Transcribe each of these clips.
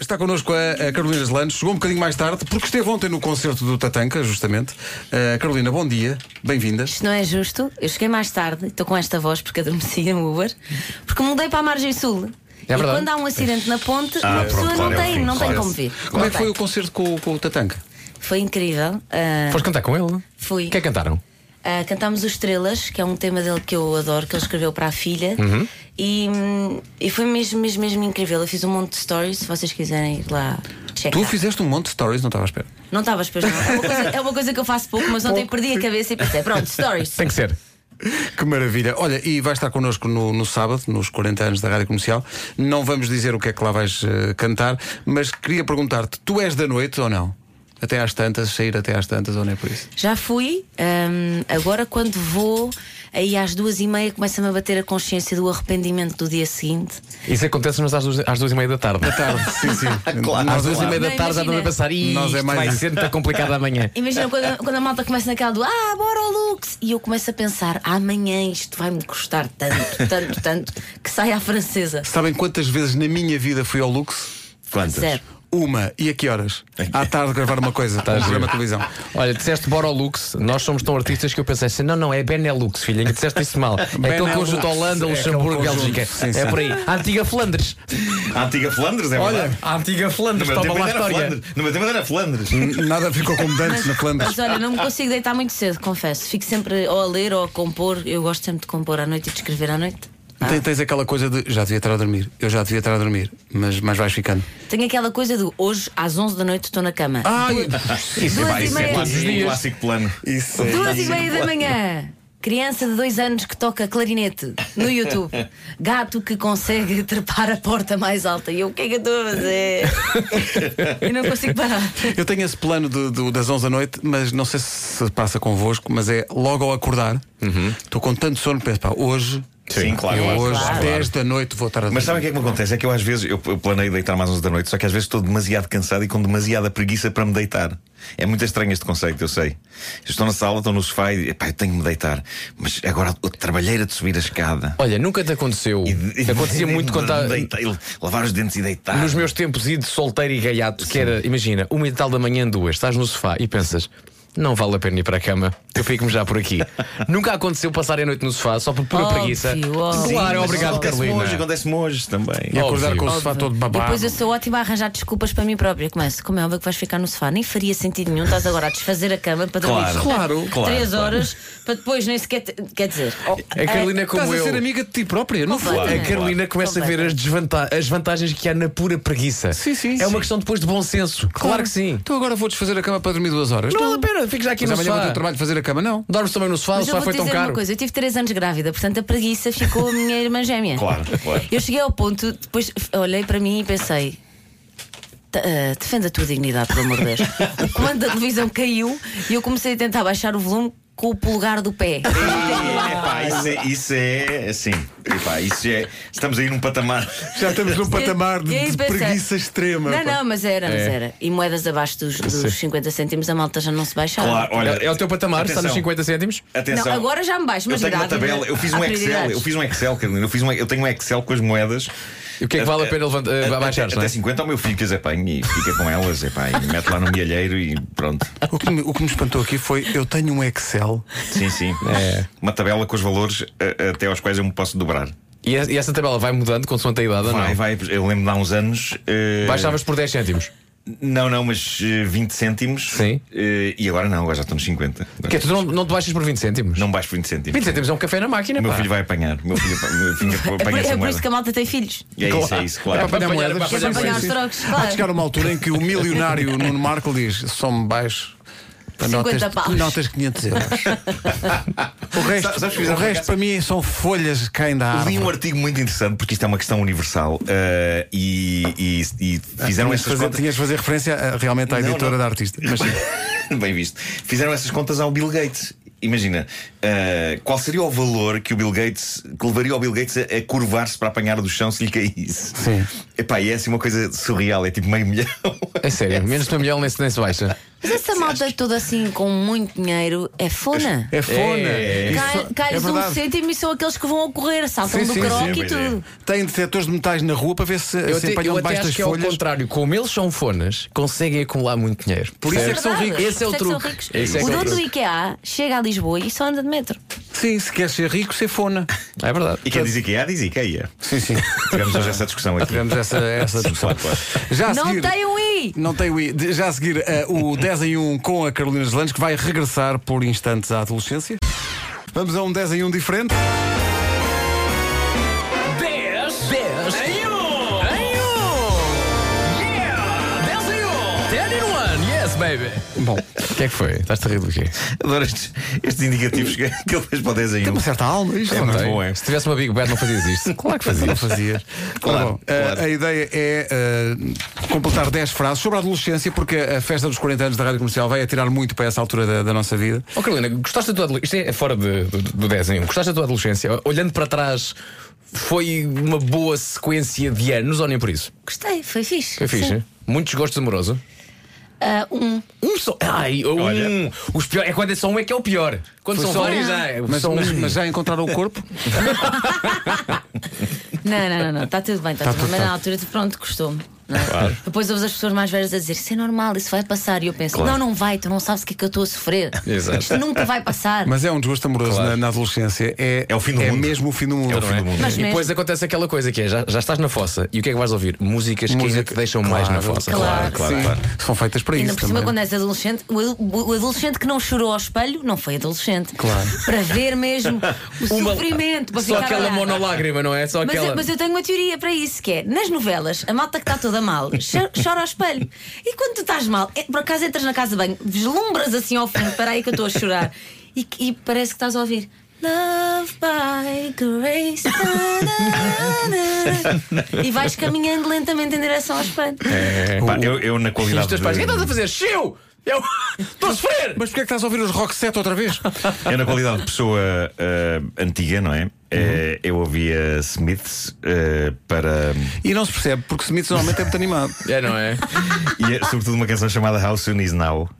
está connosco a, a Carolina Zelano. Chegou um bocadinho mais tarde, porque esteve ontem no concerto do Tatanka, justamente. Uh, Carolina, bom dia, bem-vinda. Isto não é justo. Eu cheguei mais tarde, estou com esta voz porque adormeci no Uber, porque mudei para a margem sul. É e verdade. quando há um acidente na ponte, uma pessoa pronto, claro, não é o tem, fim, não tem claro. como vir. Como é que Não foi o tem. concerto com, com o Tatanka? Foi incrível. Ah, Foste cantar com ele? Fui. O que é que cantaram? ah, cantámos o Estrelas, que é um tema dele que eu adoro, que ele escreveu para a filha. E, hum, e foi mesmo, mesmo, mesmo incrível. Eu fiz um monte de stories, se vocês quiserem ir lá Tu checar. fizeste um monte de stories, não estava à espera. Não estavas, pois não. É uma, coisa, é uma coisa que eu faço pouco, mas ontem perdi a cabeça e pensei, pronto, stories. Tem que ser. Que maravilha. Olha, e vais estar connosco no, no sábado, nos 40 anos da Rádio Comercial. Não vamos dizer o que é que lá vais eh, cantar, mas queria perguntar-te: tu és da noite ou não? Até às tantas, sair até às tantas ou nem por isso? Já fui, hum, agora quando vou, aí às duas e meia começa-me a bater a consciência do arrependimento do dia seguinte. Isso acontece, mas às duas, às duas e meia da tarde. Tarde, sim, sim. Claro. Às duas e claro. meia da Não, tarde já estamos a imagina. pensar. "Ih, Nós é isto mais vai isso." ser muito complicado amanhã. Imagina quando, quando a malta começa naquela do Ah, bora ao Lux! E eu começo a pensar, amanhã isto vai-me custar tanto, tanto, tanto, que sai à francesa. Sabem quantas vezes na minha vida fui ao Lux? Quantas? Zero. Uma. E a que horas? À tarde gravar uma coisa, um a ver. programa de televisão. Olha, disseste Borolux, nós somos tão artistas que eu pensei assim: não, não, é Benelux, filha, que disseste isso mal. É aquele Benelux, conjunto Holanda, é Luxemburgo, aquele conjunto, Bélgica. sim, É sim. por aí. A antiga Flandres. A antiga Flandres, é verdade. Olha, a antiga No Flandres, meu estava tempo lá a ainda era história. Flandres. No meu tempo ainda era Flandres. Nada ficou como dantes na Flandres. Mas olha, não me consigo deitar muito cedo, confesso. Fico sempre ou a ler ou a compor. Eu gosto sempre de compor à noite e de escrever à noite. Ah. Tem- Tens aquela coisa de já devia estar a dormir, eu já devia estar a dormir, mas, mas vais ficando. Tenho aquela coisa do hoje às 11 da noite estou na cama. Isso é, Duas pá, e Ah! isso é meia. clássico, Todos os dias. clássico plano. Isso Duas e meia da manhã. Criança de dois anos que toca clarinete no YouTube. Gato que consegue trepar a porta mais alta. E eu, o que é que eu estou a fazer? Eu não consigo parar. Eu tenho esse plano de- do- das 11 da noite, mas não sei se se passa convosco, mas é logo ao acordar, estou com tanto sono, penso, pá, hoje, Sim, claro. eu É, hoje, claro. 10 da noite, vou estar a dormir. Mas sabe o que é que me acontece? É que eu às vezes eu, eu planeio deitar mais 11 da noite, só que às vezes estou demasiado cansado e com demasiada preguiça para me deitar. É muito estranho este conceito, eu sei. Eu estou na sala, estou no sofá e pá, eu tenho que me deitar. Mas agora a trabalheira de subir a escada. Olha, nunca te aconteceu. E- e- Acontecia e- muito de- quando tá- a- deitar, e Lavar os dentes e deitar. Nos meus tempos e de solteiro e gaiato, que era, imagina, uma e tal da manhã, duas, estás no sofá e pensas. Não vale a pena ir para a cama, eu fico-me já por aqui. Nunca aconteceu passar a noite no sofá só por pura Óbvio, preguiça. óbvio. Sim, Claro, mas obrigado, acontece-me Carolina. É Hoje, acontece-me hoje também. E acordar Óbvio. com o sofá todo babado. Depois eu sou ótima a arranjar desculpas para mim própria. Começo, como é óbvio que vais ficar no sofá? Nem faria sentido nenhum. Estás agora a desfazer a cama para dormir Claro, claro, três claro. horas para depois nem sequer. te- Quer dizer, oh, A Carolina é Estás como a eu. ser amiga de ti própria, não foi? Claro. A Carolina começa a ver as, desvanta- as vantagens que há na pura preguiça. Sim, sim, sim. É uma questão depois de bom senso. Claro, que sim. Então agora vou desfazer a cama para dormir duas horas. Não Então, vale a pena, fico já aqui Mas no amanhã vou ter o sofá. trabalho de fazer a cama, não. Dormes também no sofá, o Ah, Mas eu sofá vou foi te tão dizer uma caro. coisa, eu tive 3 anos grávida, portanto a preguiça ficou a minha irmã gêmea. Claro, claro. Eu cheguei ao ponto, depois olhei para mim e pensei. "T- ah, defenda a tua dignidade, pelo amor de Deus. O comando da televisão caiu e eu comecei a tentar baixar o volume com o polegar do pé. E, epá, isso é, isso é assim. Epá, isso é. Estamos aí num patamar. Já estamos num E aí pensei, É, Não, pá. não, mas era, mas É. era. E moedas abaixo dos, dos 50 cêntimos, a malta já não se baixava. Claro, olha, É o teu patamar, está nos atenção. 50 cêntimos. Atenção. Não, agora já me baixo, mas eu tenho uma grávida, tabela, eu fiz há um Excel, prioridades. eu fiz um Excel, Carolina, eu, fiz um, eu tenho um Excel com as moedas. E o que é que vale a pena levant- eh, Até- abaixar, Até, não é? 50 ao meu filho que as apanha e fica com elas, epá, e mete lá no milheiro e pronto. O que, me, o que me espantou aqui foi: eu tenho um Excel. Sim, sim. É. Uma tabela com os valores eh, até aos quais eu me posso dobrar. E e essa tabela vai mudando consoante a idade ou Vai, não? vai, eu lembro-me há uns anos. eh, Baixavas por 10 cêntimos. Não, não, mas eh, 20 cêntimos. Sim. Eh, e agora não, agora já estão nos 50. Que é, tu não, não te baixas por 20 cêntimos? Não baixo 20 cêntimos. 20 cêntimos é um café na máquina, O meu pá. filho vai apanhar. O meu filho, apa- o meu filho apa- É por, apanha é essa por moeda. isso que a malta tem filhos. É isso, é isso, É claro. para apanhar Para moedas. apanhar- para É para apanhar os sim. trocos, Há claro. de chegar uma altura em que o milionário Nuno Marco diz: some baixo. 50 notas, paus. notas 500 euros. o resto, Sabes que fizeram o resto para mim são folhas que caem da Li um árvore. artigo muito interessante porque isto é uma questão universal eh, e, e- e fizeram Tinhas de essas fazer, contas. tinhas de fazer referência eh, realmente à Não, editora não. da artista. Mas sim. é Bem visto. Fizeram essas contas ao Bill Gates. Imagina, eh, qual seria o valor que o Bill Gates que levaria o Bill Gates a, a curvar-se para apanhar do chão se lhe caísse? Sim. Epá, e é assim uma coisa surreal, é tipo meio milhão. É sério, menos de uma milhão nem se, nem se baixa. Mas essa malta toda assim com muito dinheiro é fona. É fona. É. Isso Cai- Cai-lhes um verdade. cêntimo e são aqueles que vão a correr, saltam Sim, do sim, croque sim, e pois é. tudo. Têm detectores de metais na rua para ver se, Eu se até, apanham eu debaixo até das acho que é ao folhas. contrário. Como eles são fonas, conseguem acumular muito dinheiro. Por isso é que Percebes? são Verdade, ricos. Esse é o por isso que são truque. ricos. Esse é que o é o dono do truque. IKEA chega a Lisboa e só anda de metro. Sim, se queres ser rico, ser fona. É verdade. E é. quem diz IKEA, diz IKEA. Sim, sim. Tivemos hoje essa discussão aqui. Tivemos essa, essa discussão. Claro, claro. Já a Não seguir- tem um I! Não tem o I. De- Já a seguir, eh, o 10 em 1 com a Carolina Gelandes, que vai regressar por instantes à adolescência. Vamos a um 10 em 1 diferente. 10 10 em 1 em 1 Yeah 10 em 1 10 in 1 Yes baby Bom, O que é que foi? Estás-te a rir do quê? Adoro estes, estes indicativos que, que ele fez para o 10 em 1. uma certa alma, isto É não muito tem? bom, é. Se tivesse uma Big Bad, não fazias isto. Claro que fazias. Não fazias. Claro, Bom, eh, claro. A, ideia é eh, completar 10 frases sobre a adolescência, porque a festa dos 40 anos da Rádio Comercial vai atirar muito para essa altura da, da nossa vida. Ó Carolina, gostaste da tua adolescência? Isto é fora de, do, do desenho. Gostaste da tua adolescência? Olhando para trás, foi uma boa sequência de anos, ou nem por isso? Gostei, foi fixe. Foi fixe. Sim. hein? Muitos gostos amorosos. Ah, um. Um só. Ai, um. Olha. Os pior, é quando é só um é que é o pior. Quando Foi são só vários, um. já é. Mas, só um. mas- mas já encontraram o corpo? Não, não, não, não, está tudo bem, está Tá tudo bem. Mas na altura, pronto, custou-me. não é? Depois ouves as pessoas mais velhas a dizer isso é normal, isso vai passar. E eu penso, não, não vai, tu não sabes o que é que eu estou a sofrer. Exato. Isto nunca vai passar. Mas é um desgosto amoroso na, na adolescência. É, É o fim do mundo. mesmo o fim do mundo. É o fim do mundo. Mas E depois mesmo. acontece aquela coisa que é: já, já estás na fossa e o que é que vais ouvir? Músicas que ainda Música- te deixam mais na Claro, fossa. claro, claro, Sim, claro. São feitas para Ainda isso por cima, também. quando és adolescente, o, o- o adolescente que não chorou ao espelho não foi adolescente. Claro. Para ver mesmo o Uma- sofrimento, para Só ficar a aquela olhar. monolágrima, não é? Só Mas, aquela. eu, mas eu tenho uma teoria para isso: que é nas novelas, a malta que está toda mal cho- chora ao espelho. E quando tu estás mal, é- por acaso entras na casa de banho, vislumbras assim ao fundo, para aí que eu estou a chorar, e, que- e parece que estás a ouvir. Love by grace. na, na, na", e vais caminhando lentamente em direção ao espelho. É, pá, eu, eu, na E os qualidade teus de, pais, o que é que estás a fazer? Chiu! Eu estou a sofrer! Mas porquê é que estás a ouvir os Rock 7 outra vez? eu, na qualidade de pessoa eh, antiga, não é? Uhum. Eh, eu ouvia Smiths eh, para. e não se percebe, porque Smith normalmente é muito animado. É, não é? E é, sobretudo uma canção chamada How Soon Is Now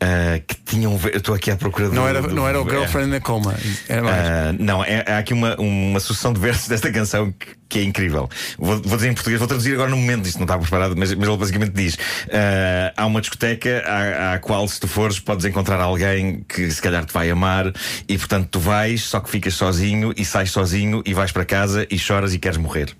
eh, Que tinham Eu estou aqui à procura do- Não era, do- não era o é. Girlfriend na Coma. Era mais. Ah, não, é- há aqui uma, uma sucessão de versos desta canção que, que é incrível. Vou, vou dizer em português, vou traduzir agora no momento, isto não estava preparado, mas, mas ele basicamente diz: ah, há uma discoteca à, à qual, se tu fores, podes encontrar alguém que se calhar te vai amar, e portanto tu vais, só que ficas sozinho e sais sozinho e vais para casa e choras e queres morrer.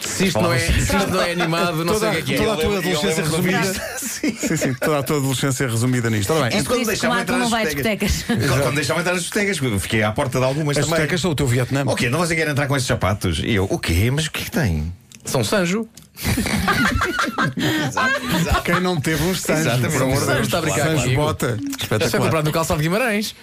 Se isto não é, se isto não é animado, não sei o que é que é. toda a Eu tua lembro- eu adolescência lembro de ouvir resumida. sim, sim, toda a tua adolescência é resumida nisto. Ora bem, É Isto por quando isso que o deixavam Marco entrar não as vai às discotecas. discotecas. Quando, quando deixavam entrar as discotecas, fiquei à porta de algumas as também. tecas são é o teu Vietnã. O quê? Não você quer entrar com esses sapatos? E eu, o quê? Mas o que é que tem? São Sanjo. Quem não teve uns Exatamente. Sanjos, por amor de Sanjos Deus. está a brincar Sanjos comigo. bota. Foi Espetacular. é comprado no calçado de Guimarães.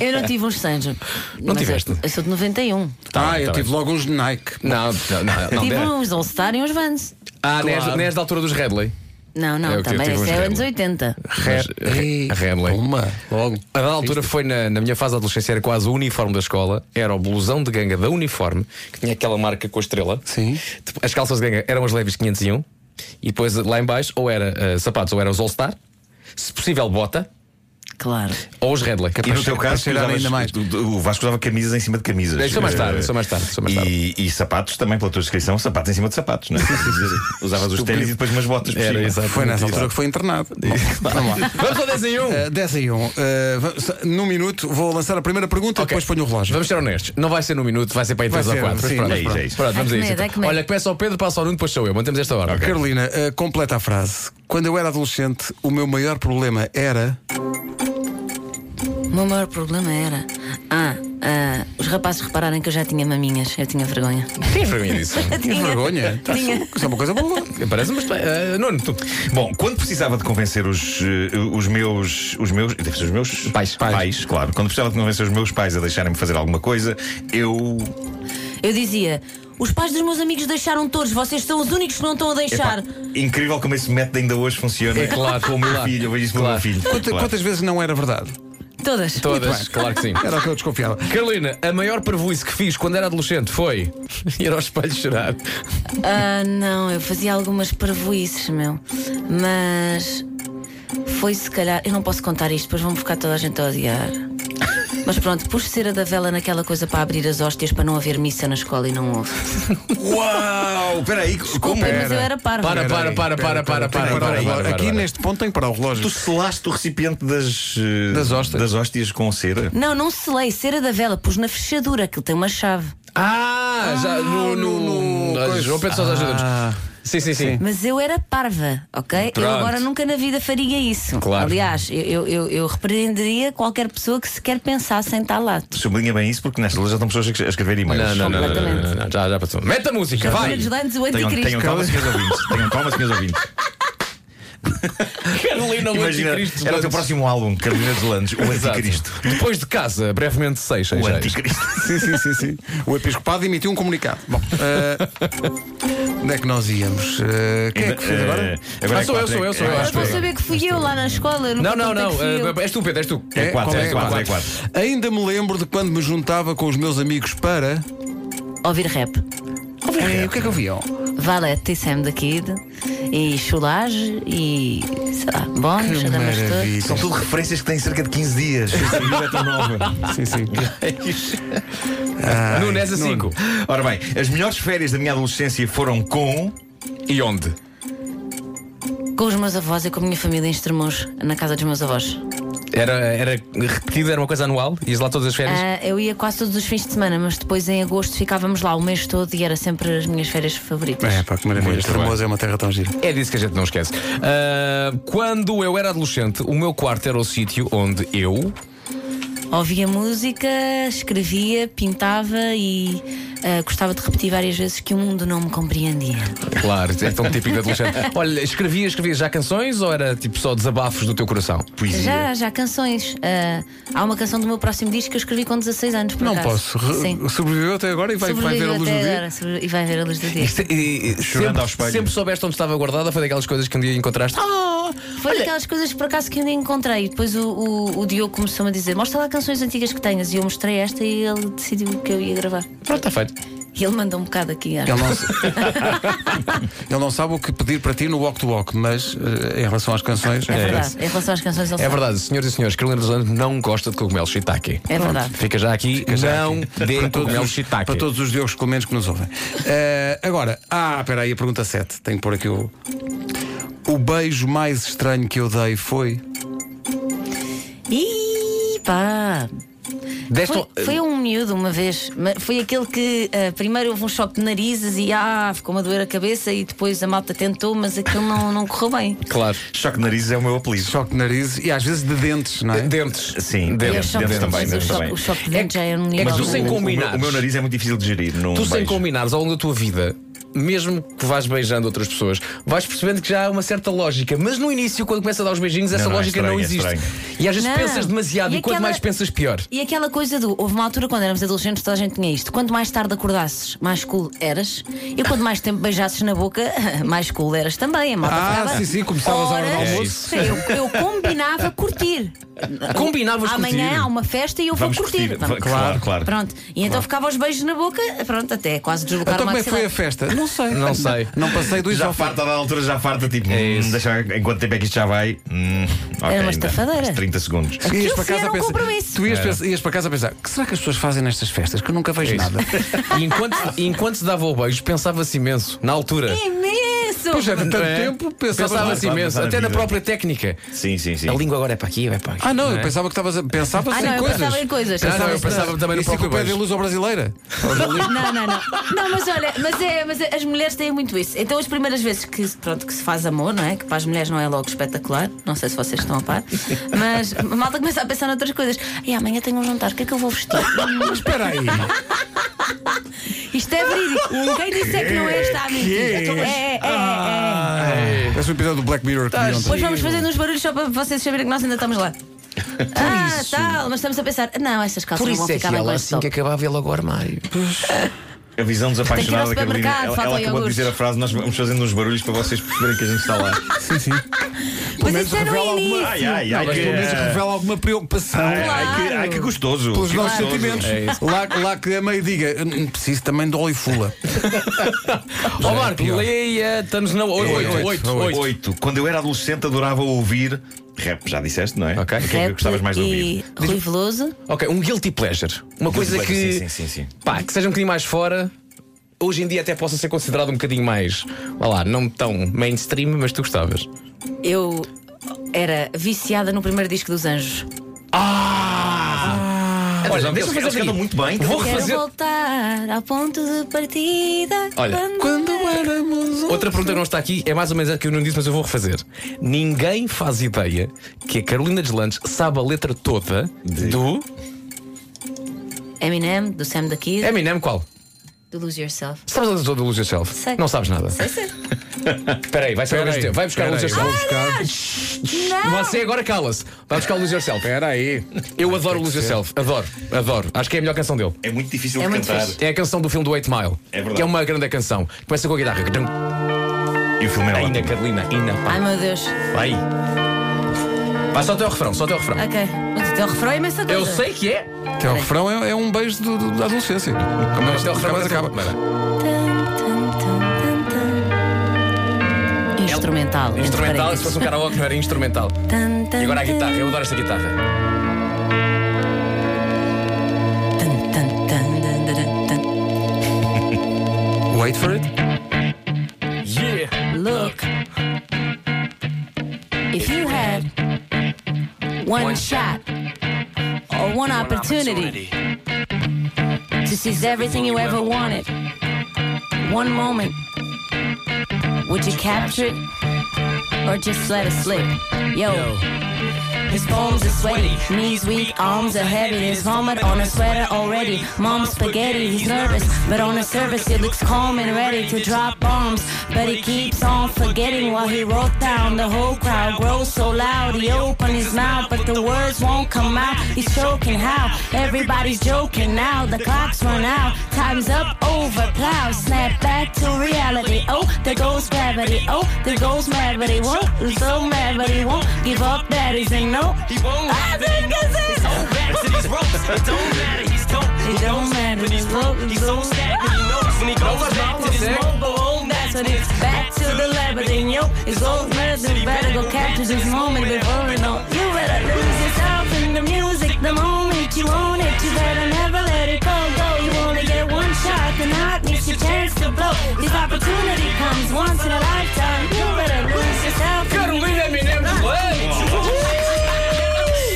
Eu não tive uns Sanjo. Não tiveste? Eu sou de 91. ah, eu tive logo uns Nike. Não, não, não. não tive dera. uns All Star e uns Vans. Ah, nem és- Claro. nem és da altura dos Redley. Não, não, É, eu tive- também. tive Isso uns é anos Redley. 80. Mas, Ei, a Remley. Uma, logo. A dada altura foi na, na minha fase de adolescência, era quase o uniforme da escola, era o blusão de ganga da uniforme, que tinha aquela marca com a estrela. Sim. Depo- As calças de ganga eram as leves 501, e depois lá em baixo, ou era eh, sapatos, ou era os All-Star, se possível, bota, Claro. ou os Redley. E no teu caso, cheirar usavas- ainda mais. tu- tu- O Vasco usava camisas em cima de camisas. Isso é mais tarde, Eh, isso é mais tarde, isso é mais tarde. E, e sapatos também, pela tua descrição, sapatos em cima de sapatos, não é? Usavas os ténis e depois umas botas por Era cima. exato. Foi nessa altura que foi internado. Bom, Vamos lá. Vamos ao 10 em 1! Eh, 10 em 1. num minuto, vou lançar a primeira pergunta Ok. depois ponho o relógio. Vamos ser honestos, não vai ser num minuto, vai ser para aí Vai 3 ou ser, 4. sim, pronto, é isso, é isso. Pronto, vamos a Ai, que isso. medo, ai, que medo. Olha, começa ao Pedro, passa ao Nuno, depois sou eu. Mantemos esta hora. Carolina, eh, completa a frase. Quando eu era adolescente, o meu maior problema era. O meu maior problema era. Ah, ah, os rapazes repararam que eu já tinha maminhas. Eu tinha vergonha. Tem vergonha disso. Eu tinha vergonha? Tinha. Isso é uma coisa boa. Parece, mas. eh, Nuno, tu. Bom, quando precisava de convencer os, eh, os meus. Os meus. Deve ser os meus Pais. pais. claro. Quando precisava de convencer os meus pais a deixarem-me fazer alguma coisa, eu. Eu dizia: os pais dos meus amigos deixaram todos, vocês são os únicos que não estão a deixar. Epá, incrível como esse método ainda hoje funciona. É claro, com o meu claro. filho, eu vejo isso Claro. com o meu filho. Quanta- Claro. Quantas vezes não era verdade? Todas. Todas, claro que sim. Era o que eu desconfiava. Carolina, a maior prejuízo que fiz quando era adolescente foi ir ao espelho chorar. Ah, não, eu fazia algumas parvoices, meu. Mas foi se calhar. Eu não posso contar isto, depois vão ficar toda a gente a odiar. Mas pronto, pus cera da vela naquela coisa para abrir as hóstias para não haver missa na escola e não houve. Uau! Espera aí, como? Mas eu era parva. Para, para, para, para, para, para, para, para, para, Aqui para. neste ponto tem que parar o Tu relógio. selaste o recipiente das, eh, Das hóstias. das hóstias com cera? Não, não selei cera da vela, pus na fechadura, aquilo tem uma chave. Ah, já no. no, no- coisa. João Pedro Sousa ajuda-nos. Sim, sim, sim. Mas eu era parva, ok? Pronto. Eu agora nunca na vida faria isso. Claro. Aliás, eu, eu, eu, eu repreenderia qualquer pessoa que sequer pensasse em estar lá. Sublinha bem isso porque nesta loja estão pessoas a escrever e-mails. Não, não, não, não, não, não, não, Completamente. não, já, já passou. Mete a música, vai! um Os ajudantes, o Tenham, anticristo. tenham calma, senhores ouvintes. Tenham calma, senhores ouvintes. Carolina, o Imagina, Anticristo era o Landes. teu próximo álbum, Carolina de Landes, o Exato. Anticristo. Depois de casa, brevemente seis, seis, O seis. Anticristo. Sim, sim, sim, sim. O episcopado emitiu um comunicado. Bom, eh, onde é que nós íamos? Eh, quem é que fez agora? Eh, agora Ah, é sou eu, quatro, sou é- eu, sou eu, é- acho Eles vão que- saber que fui eu lá na escola. Não, não, nunca contei não. que fui eu. eh, és tu, Pedro, és tu. É quatro, qual é quatro, é quatro. Ainda me lembro de quando me juntava com os meus amigos para. Ouvir rap. Eh, o que é que ouviam? Valete e Sam the Kid. E Chulage. E. sei lá. Bons, Que maravilha. São tudo referências que têm cerca de 15 dias. Sim, sim. Ah, Nunes a cinco. Ora bem, as melhores férias da minha adolescência foram com. E onde? Com os meus avós e com a minha família em Estremoz, na casa dos meus avós. Era, era repetido, era uma coisa anual? Ias lá todas as férias? Ah, eu ia quase todos os fins de semana, mas depois em agosto ficávamos lá o mês todo e era sempre as minhas férias favoritas. É, pá, que maravilha. Muito bem. Estremoso é uma terra tão gira. É disso que a gente não esquece. Ah, quando eu era adolescente, o meu quarto era o sítio onde eu. Ouvia música, escrevia, pintava e ah, gostava de repetir várias vezes que o mundo não me compreendia. Claro, é tão típico de adolescente. Olha, escrevia, escrevia já canções ou era tipo só desabafos do teu coração? Já, já canções. Ah, há uma canção do meu próximo disco que eu escrevi com 16 anos, por Não acaso. posso. Re- Sim. Sobreviveu até agora e vai, vai ver a Sobreviveu luz do até dia. agora, sobre- E vai ver a luz do dia. Isto- e- e- Chorando sempre, ao espelho. Sempre soubeste onde estava guardada, foi daquelas coisas que um dia encontraste. Ah! Foi daquelas coisas por acaso que ainda encontrei. E Depois o, o, o Diogo começou-me a dizer: Mostra lá canções antigas que tenhas. E eu mostrei esta e ele decidiu que eu ia gravar. Pronto, está feito. E ele mandou um bocado aqui. acho. Ele não, sa- Ele não sabe o que pedir para ti no walk to walk, mas eh, em relação às canções. É verdade. Em relação às canções, ele É sabe. verdade, senhoras e senhores, Carolina dos Anjos não gosta de cogumelos shiitake. É verdade. Fica já aqui, não dê cogumelos shiitake. para todos os Diogos Clementes que nos ouvem. Eh, agora, ah, espera aí, a pergunta 7. Tenho que pôr aqui o. O beijo mais estranho que eu dei foi. Ih, pá! Deste Foi, um- foi um miúdo uma vez. mas Foi aquele que ah, primeiro houve um choque de narizes e ah, ficou-me a doer a cabeça e depois a malta tentou, mas aquilo não, não correu bem. Claro. Choque de narizes é o meu apelido. Choque de nariz e às vezes de dentes, não é? Dentes. Sim, Dentes, E o dentes, choque dentes de também. narizes, o Dentes choque- também. O choque de É dentes que- já era um é que nível. tu sem não é? O meu, combinares. o meu nariz é muito difícil de gerir. Num Tu, sem beijo. combinares ao longo da tua vida, mesmo que vás beijando outras pessoas, vais percebendo que já há uma certa lógica. Mas no início, quando começa a dar os beijinhos, essa não, é lógica não estranho, é existe. e às vezes Não. pensas demasiado, e, E quanto aquela- mais pensas, pior. E aquela coisa do. Houve uma altura quando éramos adolescentes, toda a gente tinha isto. Quanto mais tarde acordasses, mais cool eras. E quanto mais tempo beijasses na boca, mais cool eras também. A malta Ah, ficava sim, sim, começavas à hora do horas. almoço. Sim, eu, eu combinava curtir. Combinavas Amanhã curtir? há uma festa e eu Vamos vou curtir. curtir. Vamos- Claro, claro. Pronto. E então ficava os beijos na boca, pronto, até quase deslocar Então o como é que foi a maxilar. festa? Não sei. Não sei. Não passei do Já isófago. farta da altura, já farta, tipo, hum, deixa em quanto tempo é que isto já vai? Hum, ok, É uma ainda, estafadeira. mais 30 segundos. E Aquilo sim era um compromisso. tu ias, pensar- ias para casa a pensar: que será que as pessoas fazem nestas festas? Que eu nunca vejo nada. E enquanto, e enquanto se dava o beijo, pensava-se imenso, na altura. Imenso! Pois é, de tanto É. tempo pensava. Pensava-se Claro, imenso, claro, até na maravilha. própria técnica. Sim, sim, sim. A língua agora é para aqui, é para aqui. Ah, não, eu pensava que estavas a. Pensavas Ah, não, em eu coisas. pensava em coisas. Ah, não, eu Pensava-se na- pensava também no próprio Enciclopédia beijo. Luso é Brasileira. Não, não, não. Não, mas olha, mas, é, mas é- as mulheres têm muito isso. Então, as primeiras vezes que, pronto, que se faz amor, não é? Que para as mulheres não é logo espetacular. Não sei se vocês estão a par. Mas a malta começa a pensar noutras coisas. E amanhã tenho um jantar, o que é que eu vou vestir? Mas espera aí. Isto é verídico. Quem disser que não é, está a mentir. É, é, é, é. Parece um episódio do Black Mirror que vi ontem. Depois vamos fazendo uns barulhos só para vocês saberem que nós ainda estamos lá. Ah, tal, mas estamos a pensar, não, estas calças Por não vão isso é que ficar bem com ela, este assim top. que acabava, ele logo ao armário. A visão desapaixonada Tem da que ir ao Carolina. supermercado, Ela, falta ela acabou de iogurtes. dizer a frase: Nós vamos fazendo uns barulhos para vocês perceberem que a gente está lá. Pelo Mas menos isso era revela no alguma. início. Ai, ai, Não, ai, mas que, pelo menos revela alguma preocupação. ai, ai, que, Claro. ai, que gostoso. Pelos que nossos gostoso. sentimentos. Lá, lá que a meio diga, "Hum, preciso também de óleo fula. Ó Marco, pior. leia, estamos na 8, Oito, 8, oito, 8, oito. 8. Quando eu era adolescente, adorava ouvir rap, já disseste, não é? Ok. O que é que eu gostavas mais de e ouvir? Rui Veloso. Ok, um guilty pleasure. Uma coisa pleasure, que. sim, sim, sim, sim. Pá, que seja um bocadinho mais fora. Hoje em dia até possa ser considerado um bocadinho mais. Vá lá, não tão mainstream, mas tu gostavas. Eu era viciada no primeiro disco dos Anjos. Ah! Olha, Então, Eles, eles cantam muito bem. então. Vou Quero refazer. voltar ao ponto de partida. Olha, Quando éramos um- Outra pergunta que não está aqui é mais ou menos a que eu não disse, mas eu vou refazer. Ninguém faz ideia que a Carolina Deslandes sabe a letra toda do. é Eminem, do Sam da Kid, Eminem, qual? do Lose Yourself. Sabes a letra toda do Lose Yourself? Sei. Não sabes nada. Sei, sei. Espera aí, vai ser ao mesmo um. tempo. Vai buscar o Lose Vou Yourself. buscar. Não! Você agora cala-se. Vai buscar o Lose Yourself. Espera aí. Eu adoro o Lose Yourself. Adoro, adoro. Acho que é a melhor canção dele. É muito difícil É de muito cantar. fixe. É a canção do filme do 8 Mile. É verdade. Que é uma grande canção. Começa com a guitarra. E o filme é Ainda, ótimo. Carolina, ainda. Ai meu Deus. Vai. Vai só até o refrão, só até o refrão. Ok. Mas o teu refrão é imensa coisa. Eu sei que é. Que é o refrão é, é um beijo do- do- da adolescência. Como Mas até o refrão mais mas acaba. Tum, tum, tum, tum, tum. Instrumental. entre É Instrumental, parênteses. se fosse um karaoke, não era instrumental. Tum, tum, E agora a tum, guitarra, eu adoro esta guitarra. tum, tum, tum, tum, tum, tum, tum. Wait for it. Yeah! Look. If you had one shot or one opportunity to seize everything you ever wanted, one moment, would you capture it or just let it slip? Yo. His palms are sweaty, knees weak, arms are heavy. His vomit on his sweater already. Mom's spaghetti, he's nervous, but on the surface it looks calm and ready to drop bombs. But he keeps on forgetting what he wrote down. The whole crowd grows so loud, he opens his mouth, but the words won't come out. He's choking how? Everybody's joking now. The clock's run out, time's up, over, plow, snap back to reality. Oh, there goes gravity. Oh, there goes mad, but he won't. He's so mad, but he won't give up. That he's saying no. He won't. I think it's it. Back to these ropes. It don't matter. He's dope. He It don't knows Então, matter, When he's Então, he's broke, broke, he's so he's stacked. But he knows when he goes back to this mobile home. That's when it's Back to the Lebanon, yo. It's old medicine. Better go capture this moment before it all. You better lose yourself in the music the moment you own it. You better never let it go. Go. You only get one shot. The knock miss your chance to blow. This opportunity comes once in a lifetime. You better lose yourself. Eminem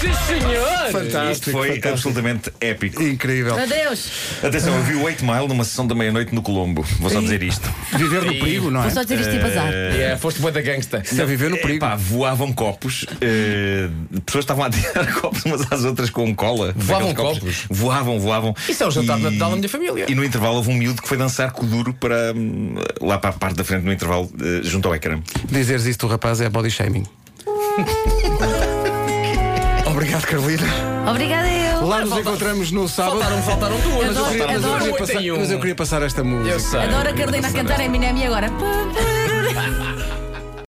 Sim, senhor! Fantástico. Isto foi fantástico. absolutamente épico. Incrível. Deus, Atenção, eu vi o 8 Mile numa sessão da meia-noite no Colombo. Vou só dizer isto. Viver no perigo, não é? dizer isto e bazar. Yeah, foste boa da gangsta. Isso é viver no perigo. Epá, voavam copos, eh, pessoas estavam a tirar copos umas às outras com cola. é Voavam Daqueles Voavam, voavam. Isso é o jantar de E- Natal da minha família. E no intervalo houve um miúdo que foi dançar com o duro para hum, lá para a parte da frente no intervalo, eh, junto ao ecrã. Dizeres isso do rapaz é body shaming. Obrigado, Carolina. Obrigada eu. Lá nos encontramos no sábado. Faltaram, faltaram duas. Mas eu, queria, mas eu queria Adoro. passar, mas eu queria passar esta música. Eu sei. a Carolina a cantar Eminem agora.